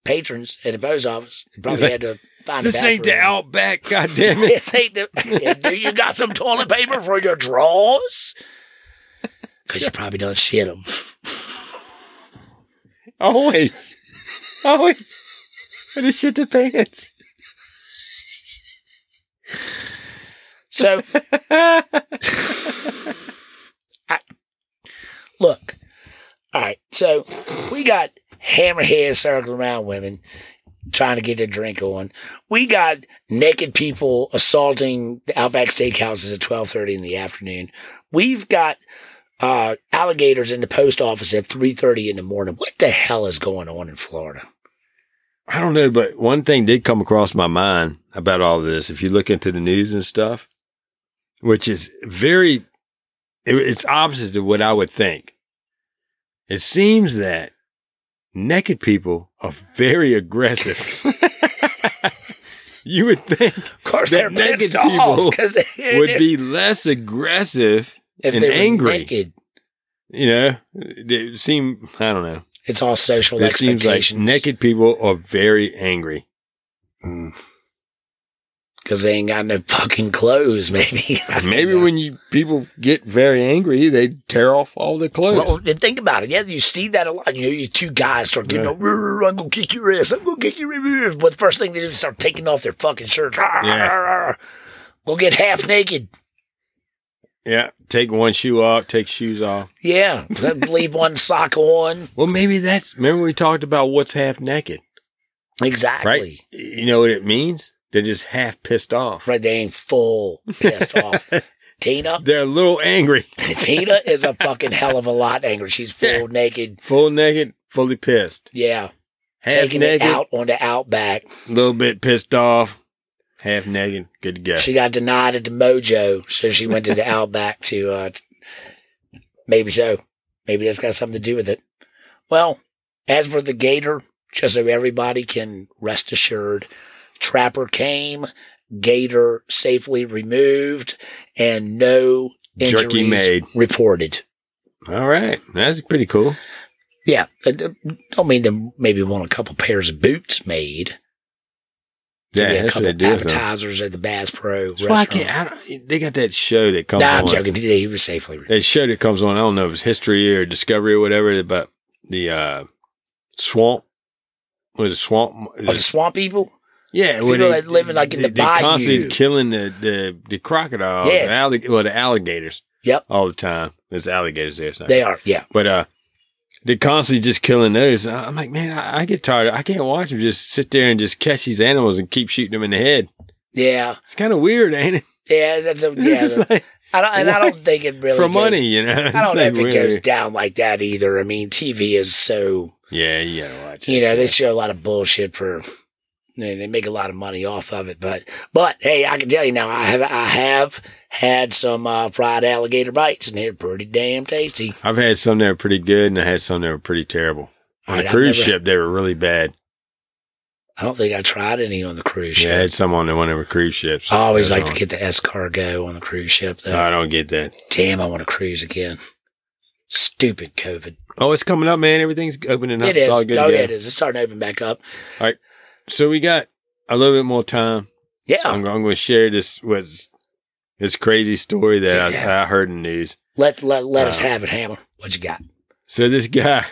Speaker 2: patrons at the post office. He probably
Speaker 3: like,
Speaker 2: had to find
Speaker 3: This
Speaker 2: a
Speaker 3: ain't the
Speaker 2: bathroom.
Speaker 3: outback. [LAUGHS] God damn it.
Speaker 2: [LAUGHS] this ain't the. Yeah, do you got some toilet paper for your drawers? Because you probably done shit them.
Speaker 3: Always. Always. I just shit the pants.
Speaker 2: So
Speaker 3: [LAUGHS]
Speaker 2: look, all right. So we got hammerheads circling around women, trying to get their drink on. We got naked people assaulting the Outback Steakhouses at twelve thirty in the afternoon. We've got uh, alligators in the post office at three thirty in the morning. What the hell is going on in Florida?
Speaker 3: I don't know, but one thing did come across my mind about all of this. If you look into the news and stuff, which is very, it- it's opposite to what I would think. It seems that naked people are very aggressive. you would think
Speaker 2: Of course,
Speaker 3: That
Speaker 2: they're
Speaker 3: naked
Speaker 2: pissed off
Speaker 3: people
Speaker 2: because they
Speaker 3: [LAUGHS] would be less aggressive.
Speaker 2: if
Speaker 3: and
Speaker 2: they were
Speaker 3: angry.
Speaker 2: Naked.
Speaker 3: You know, they seem I don't know.
Speaker 2: It's all social
Speaker 3: It seems
Speaker 2: expectations.
Speaker 3: like naked people are very angry.
Speaker 2: Because they ain't got no fucking clothes, [LAUGHS] maybe. I don't
Speaker 3: Maybe
Speaker 2: know.
Speaker 3: when you people get very angry, they tear off all their clothes.
Speaker 2: Well, then think about it. Yeah, you see that a lot. You know, you two guys start getting
Speaker 3: Yeah.
Speaker 2: up, "Rrr, rrr, I'm going to kick your ass. I'm going to kick your ass. But the first thing they do is start taking off their fucking shirts.
Speaker 3: Yeah.
Speaker 2: Yeah. Go get half naked.
Speaker 3: yeah, take one shoe off, take shoes off.
Speaker 2: Yeah. [LAUGHS] Leave one sock on.
Speaker 3: Well, maybe that's. Remember we talked about what's half naked,
Speaker 2: Exactly.
Speaker 3: right? You know what it means? They're just half pissed off.
Speaker 2: Right, They ain't full pissed
Speaker 3: [LAUGHS]
Speaker 2: off. Tina.
Speaker 3: They're a little angry,
Speaker 2: Tina is a fucking hell of a lot angry. She's full
Speaker 3: Yeah.
Speaker 2: naked.
Speaker 3: full naked, fully pissed,
Speaker 2: Yeah.
Speaker 3: half
Speaker 2: taking
Speaker 3: naked,
Speaker 2: it out on the outback.
Speaker 3: a little bit pissed off, half naked. Good to go.
Speaker 2: She got denied at the Mojo, so she went
Speaker 3: [LAUGHS]
Speaker 2: to the outback to uh maybe so. Maybe that's got something to do with it. Well, as for the gator, just so everybody can rest assured, Trapper came, gator safely removed, and no injuries
Speaker 3: Jerky made.
Speaker 2: reported.
Speaker 3: all right, that's pretty cool.
Speaker 2: uh, Yeah, I don't mean they maybe want a couple pairs of boots made, Give me
Speaker 3: Yeah,
Speaker 2: a
Speaker 3: that's
Speaker 2: couple
Speaker 3: what they do. though.
Speaker 2: appetizers at the Bass Pro restaurant.
Speaker 3: Well, I can't. I don't, they got that show that comes
Speaker 2: Nah,
Speaker 3: on.
Speaker 2: I'm joking. He he was safely.
Speaker 3: That show that comes on. I don't know if it's History or Discovery or whatever, but the uh, swamp. Was it swamp?
Speaker 2: Oh, the swamp people?
Speaker 3: Yeah,
Speaker 2: People that live in, like, in the
Speaker 3: they, are constantly
Speaker 2: bayou.
Speaker 3: killing the the, the crocodiles,
Speaker 2: Yeah.
Speaker 3: the allig- well, the alligators.
Speaker 2: Yep.
Speaker 3: all the time. There's alligators there, it's not-
Speaker 2: They are. Yeah.
Speaker 3: but uh, they're constantly just killing those. And I- I'm like, man, I, I get tired. I can't watch them just sit there and just catch these animals and keep shooting them in the head.
Speaker 2: Yeah.
Speaker 3: It's kind of weird, ain't it? [LAUGHS]
Speaker 2: Yeah. That's a, yeah.
Speaker 3: It's like,
Speaker 2: I don't, and I don't think it really
Speaker 3: for
Speaker 2: goes-
Speaker 3: money, you know. [LAUGHS]
Speaker 2: I don't know if it goes down like that either. I mean, TV is so
Speaker 3: Yeah, you gotta watch.
Speaker 2: you
Speaker 3: that
Speaker 2: know they
Speaker 3: shit.
Speaker 2: show a lot of bullshit for. They they make a lot of money off of it, but but hey, I can tell you now, I have I have had some uh, fried alligator bites, and they're pretty damn tasty.
Speaker 3: I've had some that were pretty good, and I had some that were pretty terrible. On
Speaker 2: Right,
Speaker 3: the
Speaker 2: I've
Speaker 3: cruise
Speaker 2: never-
Speaker 3: ship, they were really bad.
Speaker 2: I don't think I tried any on the cruise
Speaker 3: Yeah, I
Speaker 2: ship.
Speaker 3: had some on the one over cruise ships.
Speaker 2: I always
Speaker 3: I
Speaker 2: like to
Speaker 3: don't-
Speaker 2: get the escargot on the cruise ship, though.
Speaker 3: No, I don't get that.
Speaker 2: Damn, I want to cruise again. Stupid COVID.
Speaker 3: Oh, it's coming up, man. Everything's opening up.
Speaker 2: it
Speaker 3: It's
Speaker 2: is.
Speaker 3: all
Speaker 2: Oh
Speaker 3: good
Speaker 2: yeah,
Speaker 3: together.
Speaker 2: it is. It's starting to open back up.
Speaker 3: So we got a little bit more time.
Speaker 2: Yeah,
Speaker 3: I'm, I'm going to share this was this crazy story that
Speaker 2: Yeah.
Speaker 3: I, I heard in the news.
Speaker 2: let let let us
Speaker 3: Uh,
Speaker 2: have it, Hammer. What you got?
Speaker 3: So this guy,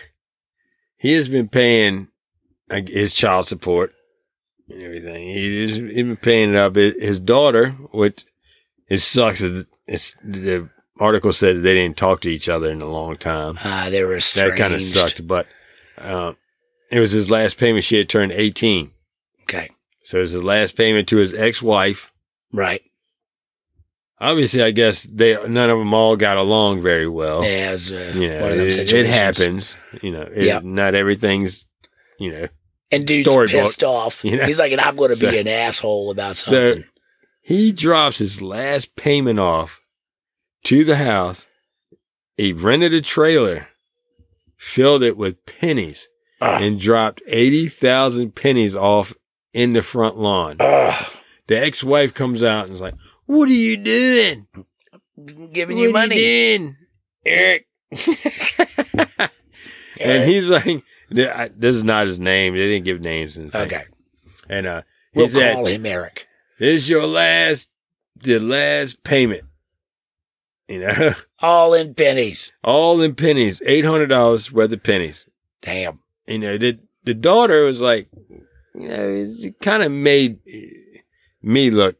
Speaker 3: he has been paying like, his child support and everything. He has been paying it up. His his daughter, which it sucks. that It's the article said that they didn't talk to each other in a long time.
Speaker 2: Uh, they were estranged.
Speaker 3: That kind of sucked, but um, it was his last payment. She had turned 18.
Speaker 2: Okay,
Speaker 3: So it was his last payment to his ex-wife.
Speaker 2: right.
Speaker 3: Obviously, I guess they none of them all got along very well.
Speaker 2: Yeah, it was uh, [LAUGHS]
Speaker 3: you know,
Speaker 2: one of them
Speaker 3: Oh, it,
Speaker 2: situations.
Speaker 3: it happens. You know, it,
Speaker 2: Yep.
Speaker 3: not everything's. You know,
Speaker 2: And dude's
Speaker 3: Storybook,
Speaker 2: pissed
Speaker 3: [LAUGHS]
Speaker 2: off.
Speaker 3: you know?
Speaker 2: He's like, and I'm going to
Speaker 3: So-
Speaker 2: be an asshole about
Speaker 3: so-
Speaker 2: something.
Speaker 3: he drops his last payment off to the house. He rented a trailer, filled it with pennies,
Speaker 2: Ah.
Speaker 3: and dropped eighty thousand pennies off in the front lawn. The ex-wife comes out and is like, "What are you doing?
Speaker 2: I'm giving
Speaker 3: What
Speaker 2: you
Speaker 3: are
Speaker 2: money.
Speaker 3: doing, Eric?" [LAUGHS] And
Speaker 2: Alright.
Speaker 3: he's like, th- I- this is not his name. They didn't give names. And thing.
Speaker 2: okay,
Speaker 3: And uh,
Speaker 2: we'll
Speaker 3: he said,
Speaker 2: call him Eric.
Speaker 3: this is your last, your last payment. You know, [LAUGHS]
Speaker 2: All in pennies.
Speaker 3: all in pennies, $800 worth of pennies.
Speaker 2: Damn.
Speaker 3: You know, the, the daughter was like, you know, it kind of made me look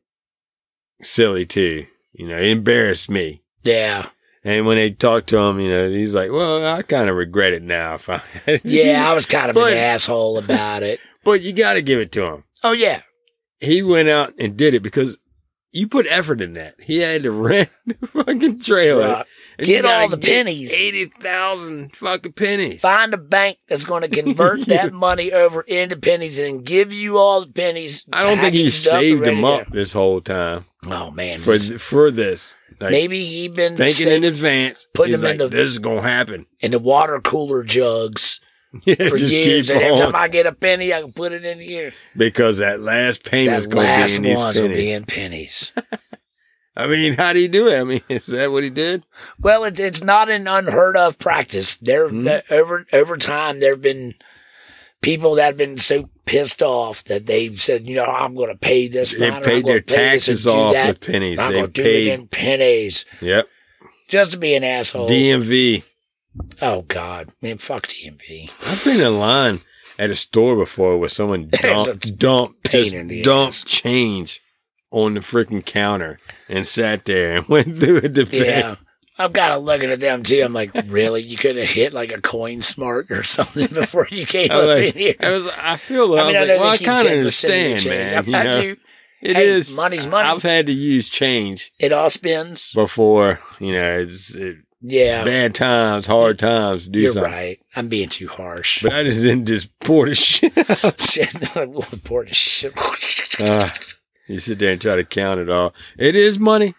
Speaker 3: silly too. You know, it embarrassed me.
Speaker 2: Yeah,
Speaker 3: And when they talked to him, you know, he's like, well, I kind of regret it now. If I, [LAUGHS]
Speaker 2: yeah. I was kind of
Speaker 3: But-
Speaker 2: an asshole about
Speaker 3: [LAUGHS]
Speaker 2: it.
Speaker 3: but you got to give it to him.
Speaker 2: Oh yeah,
Speaker 3: he went out and did it because you put effort in that. He had to [LAUGHS] rent the fucking trailer.
Speaker 2: Right.
Speaker 3: And
Speaker 2: Get
Speaker 3: you gotta
Speaker 2: all the pennies.
Speaker 3: Eighty thousand fucking pennies.
Speaker 2: Find a bank that's going to convert
Speaker 3: Yeah.
Speaker 2: that money over into pennies and then give you all the pennies.
Speaker 3: I don't think he
Speaker 2: packaged up and
Speaker 3: saved
Speaker 2: ready
Speaker 3: them
Speaker 2: to
Speaker 3: up this whole time
Speaker 2: go. Oh man,
Speaker 3: for th- for this. Like,
Speaker 2: maybe he been
Speaker 3: thinking
Speaker 2: saving
Speaker 3: in advance.
Speaker 2: putting
Speaker 3: he's
Speaker 2: them in
Speaker 3: like,
Speaker 2: the-
Speaker 3: this is gonna happen. [LAUGHS]
Speaker 2: in the water cooler jugs
Speaker 3: Yeah,
Speaker 2: for
Speaker 3: just
Speaker 2: years.
Speaker 3: keep
Speaker 2: And every
Speaker 3: on.
Speaker 2: time I get a penny, I can put it in here.
Speaker 3: because that last payment's
Speaker 2: That
Speaker 3: gonna be
Speaker 2: last
Speaker 3: in these
Speaker 2: ones
Speaker 3: pennies.
Speaker 2: will be in pennies.
Speaker 3: I mean, how do you do it? I mean, [LAUGHS] is that what he did?
Speaker 2: well, it's it's not an unheard of practice. There
Speaker 3: Mhm.
Speaker 2: there- over over time there have been people that have been so pissed off that they've said, you know, I'm going to pay this.
Speaker 3: They
Speaker 2: fine, or I'm
Speaker 3: paid
Speaker 2: gonna
Speaker 3: their
Speaker 2: pay this and
Speaker 3: taxes
Speaker 2: do
Speaker 3: off
Speaker 2: that.
Speaker 3: with pennies.
Speaker 2: I'm
Speaker 3: They
Speaker 2: going to do it
Speaker 3: paid.
Speaker 2: in pennies
Speaker 3: Yep.
Speaker 2: just to be an asshole.
Speaker 3: DMV.
Speaker 2: oh God, man, fuck
Speaker 3: [LAUGHS]
Speaker 2: DMV.
Speaker 3: I've been in line at a store before where someone
Speaker 2: [LAUGHS] There's a
Speaker 3: dumped, dumped,
Speaker 2: pain
Speaker 3: just
Speaker 2: in the
Speaker 3: dumped
Speaker 2: ass.
Speaker 3: change on the freaking counter and sat there and [LAUGHS] went through it to pay.
Speaker 2: Yeah. I'm kind of looking at them too. I'm like, really? You could have hit like a coin smart or [LAUGHS] something before you came
Speaker 3: I was
Speaker 2: up [LAUGHS]
Speaker 3: like,
Speaker 2: in here.
Speaker 3: I was, I feel like, I was
Speaker 2: I
Speaker 3: like,
Speaker 2: know
Speaker 3: well,
Speaker 2: they
Speaker 3: I
Speaker 2: keep
Speaker 3: kind of
Speaker 2: 10%
Speaker 3: understand,
Speaker 2: of your change.
Speaker 3: man.
Speaker 2: I-
Speaker 3: You
Speaker 2: I
Speaker 3: know,
Speaker 2: do.
Speaker 3: It
Speaker 2: Hey,
Speaker 3: is-
Speaker 2: money's money.
Speaker 3: I've had to use change
Speaker 2: It all spins.
Speaker 3: before. You know, it's it,
Speaker 2: Yeah,
Speaker 3: bad times, hard times. to Do
Speaker 2: you're
Speaker 3: something,
Speaker 2: right. I'm being too harsh.
Speaker 3: uh, but I just didn't just pour the [LAUGHS] shit out.
Speaker 2: [LAUGHS] Shit, [LAUGHS] I'm going for the shit. [LAUGHS]
Speaker 3: Uh, you sit there and try to count it all. It is money.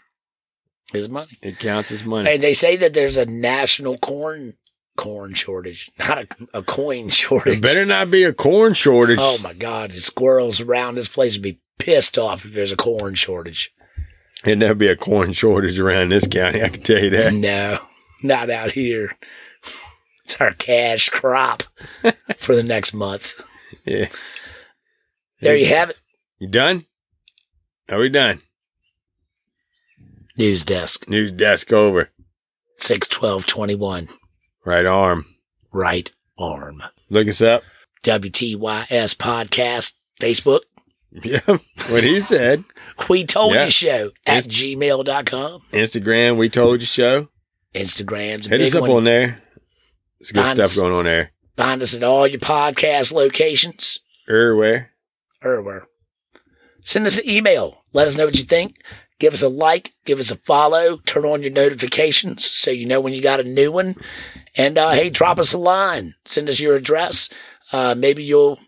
Speaker 2: His money.
Speaker 3: It counts as money.
Speaker 2: And they say that there's a national corn corn shortage, not a, a coin [LAUGHS]
Speaker 3: There
Speaker 2: shortage.
Speaker 3: better not be a corn shortage.
Speaker 2: oh my God, the squirrels around this place would be pissed off if there's a corn shortage.
Speaker 3: There'd never be a corn shortage around this county. I can tell you that.
Speaker 2: No, not out here. It's our cash
Speaker 3: [LAUGHS]
Speaker 2: crop for the next month.
Speaker 3: Yeah.
Speaker 2: Mm-hmm. There you have it.
Speaker 3: You done? Are we done?
Speaker 2: News desk,
Speaker 3: News desk over.
Speaker 2: 61221,
Speaker 3: Right arm.
Speaker 2: right arm.
Speaker 3: Look us up. [LAUGHS]
Speaker 2: WTYS podcast, Facebook,
Speaker 3: Yeah. What he said.
Speaker 2: We Told
Speaker 3: Yeah.
Speaker 2: You Show at
Speaker 3: It's-
Speaker 2: gmail.com.
Speaker 3: Instagram, we told you show.
Speaker 2: Instagram's a
Speaker 3: Hit
Speaker 2: big
Speaker 3: us up
Speaker 2: one.
Speaker 3: on there. It's good
Speaker 2: Find us.
Speaker 3: stuff going on there.
Speaker 2: Find us at all your podcast locations.
Speaker 3: Everywhere.
Speaker 2: everywhere. Send us an email. Let us know what you think. Give us a like. Give us a follow. Turn on your notifications so you know when you got a new one. And uh, hey, drop us a line. Send us your address. Uh, maybe you'll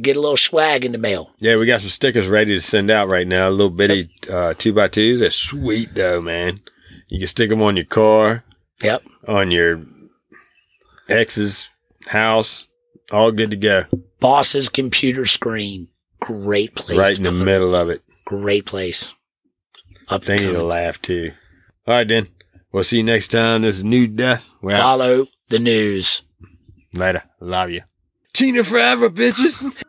Speaker 2: get a little swag in the mail.
Speaker 3: Yeah, we got some stickers ready to send out right now. A little bitty uh, two by twos. They're sweet though, man. You can stick them on your car,
Speaker 2: Yep.
Speaker 3: on your ex's house. All good to go.
Speaker 2: Boss's computer screen. Great place.
Speaker 3: right
Speaker 2: to
Speaker 3: in the
Speaker 2: put it.
Speaker 3: middle of it.
Speaker 2: Great place. Up
Speaker 3: They
Speaker 2: and
Speaker 3: need to
Speaker 2: coming.
Speaker 3: laugh too. All right, then. We'll see you next time. This is New Death. We're out.
Speaker 2: Follow the news.
Speaker 3: Later. Love you. Tina forever, bitches.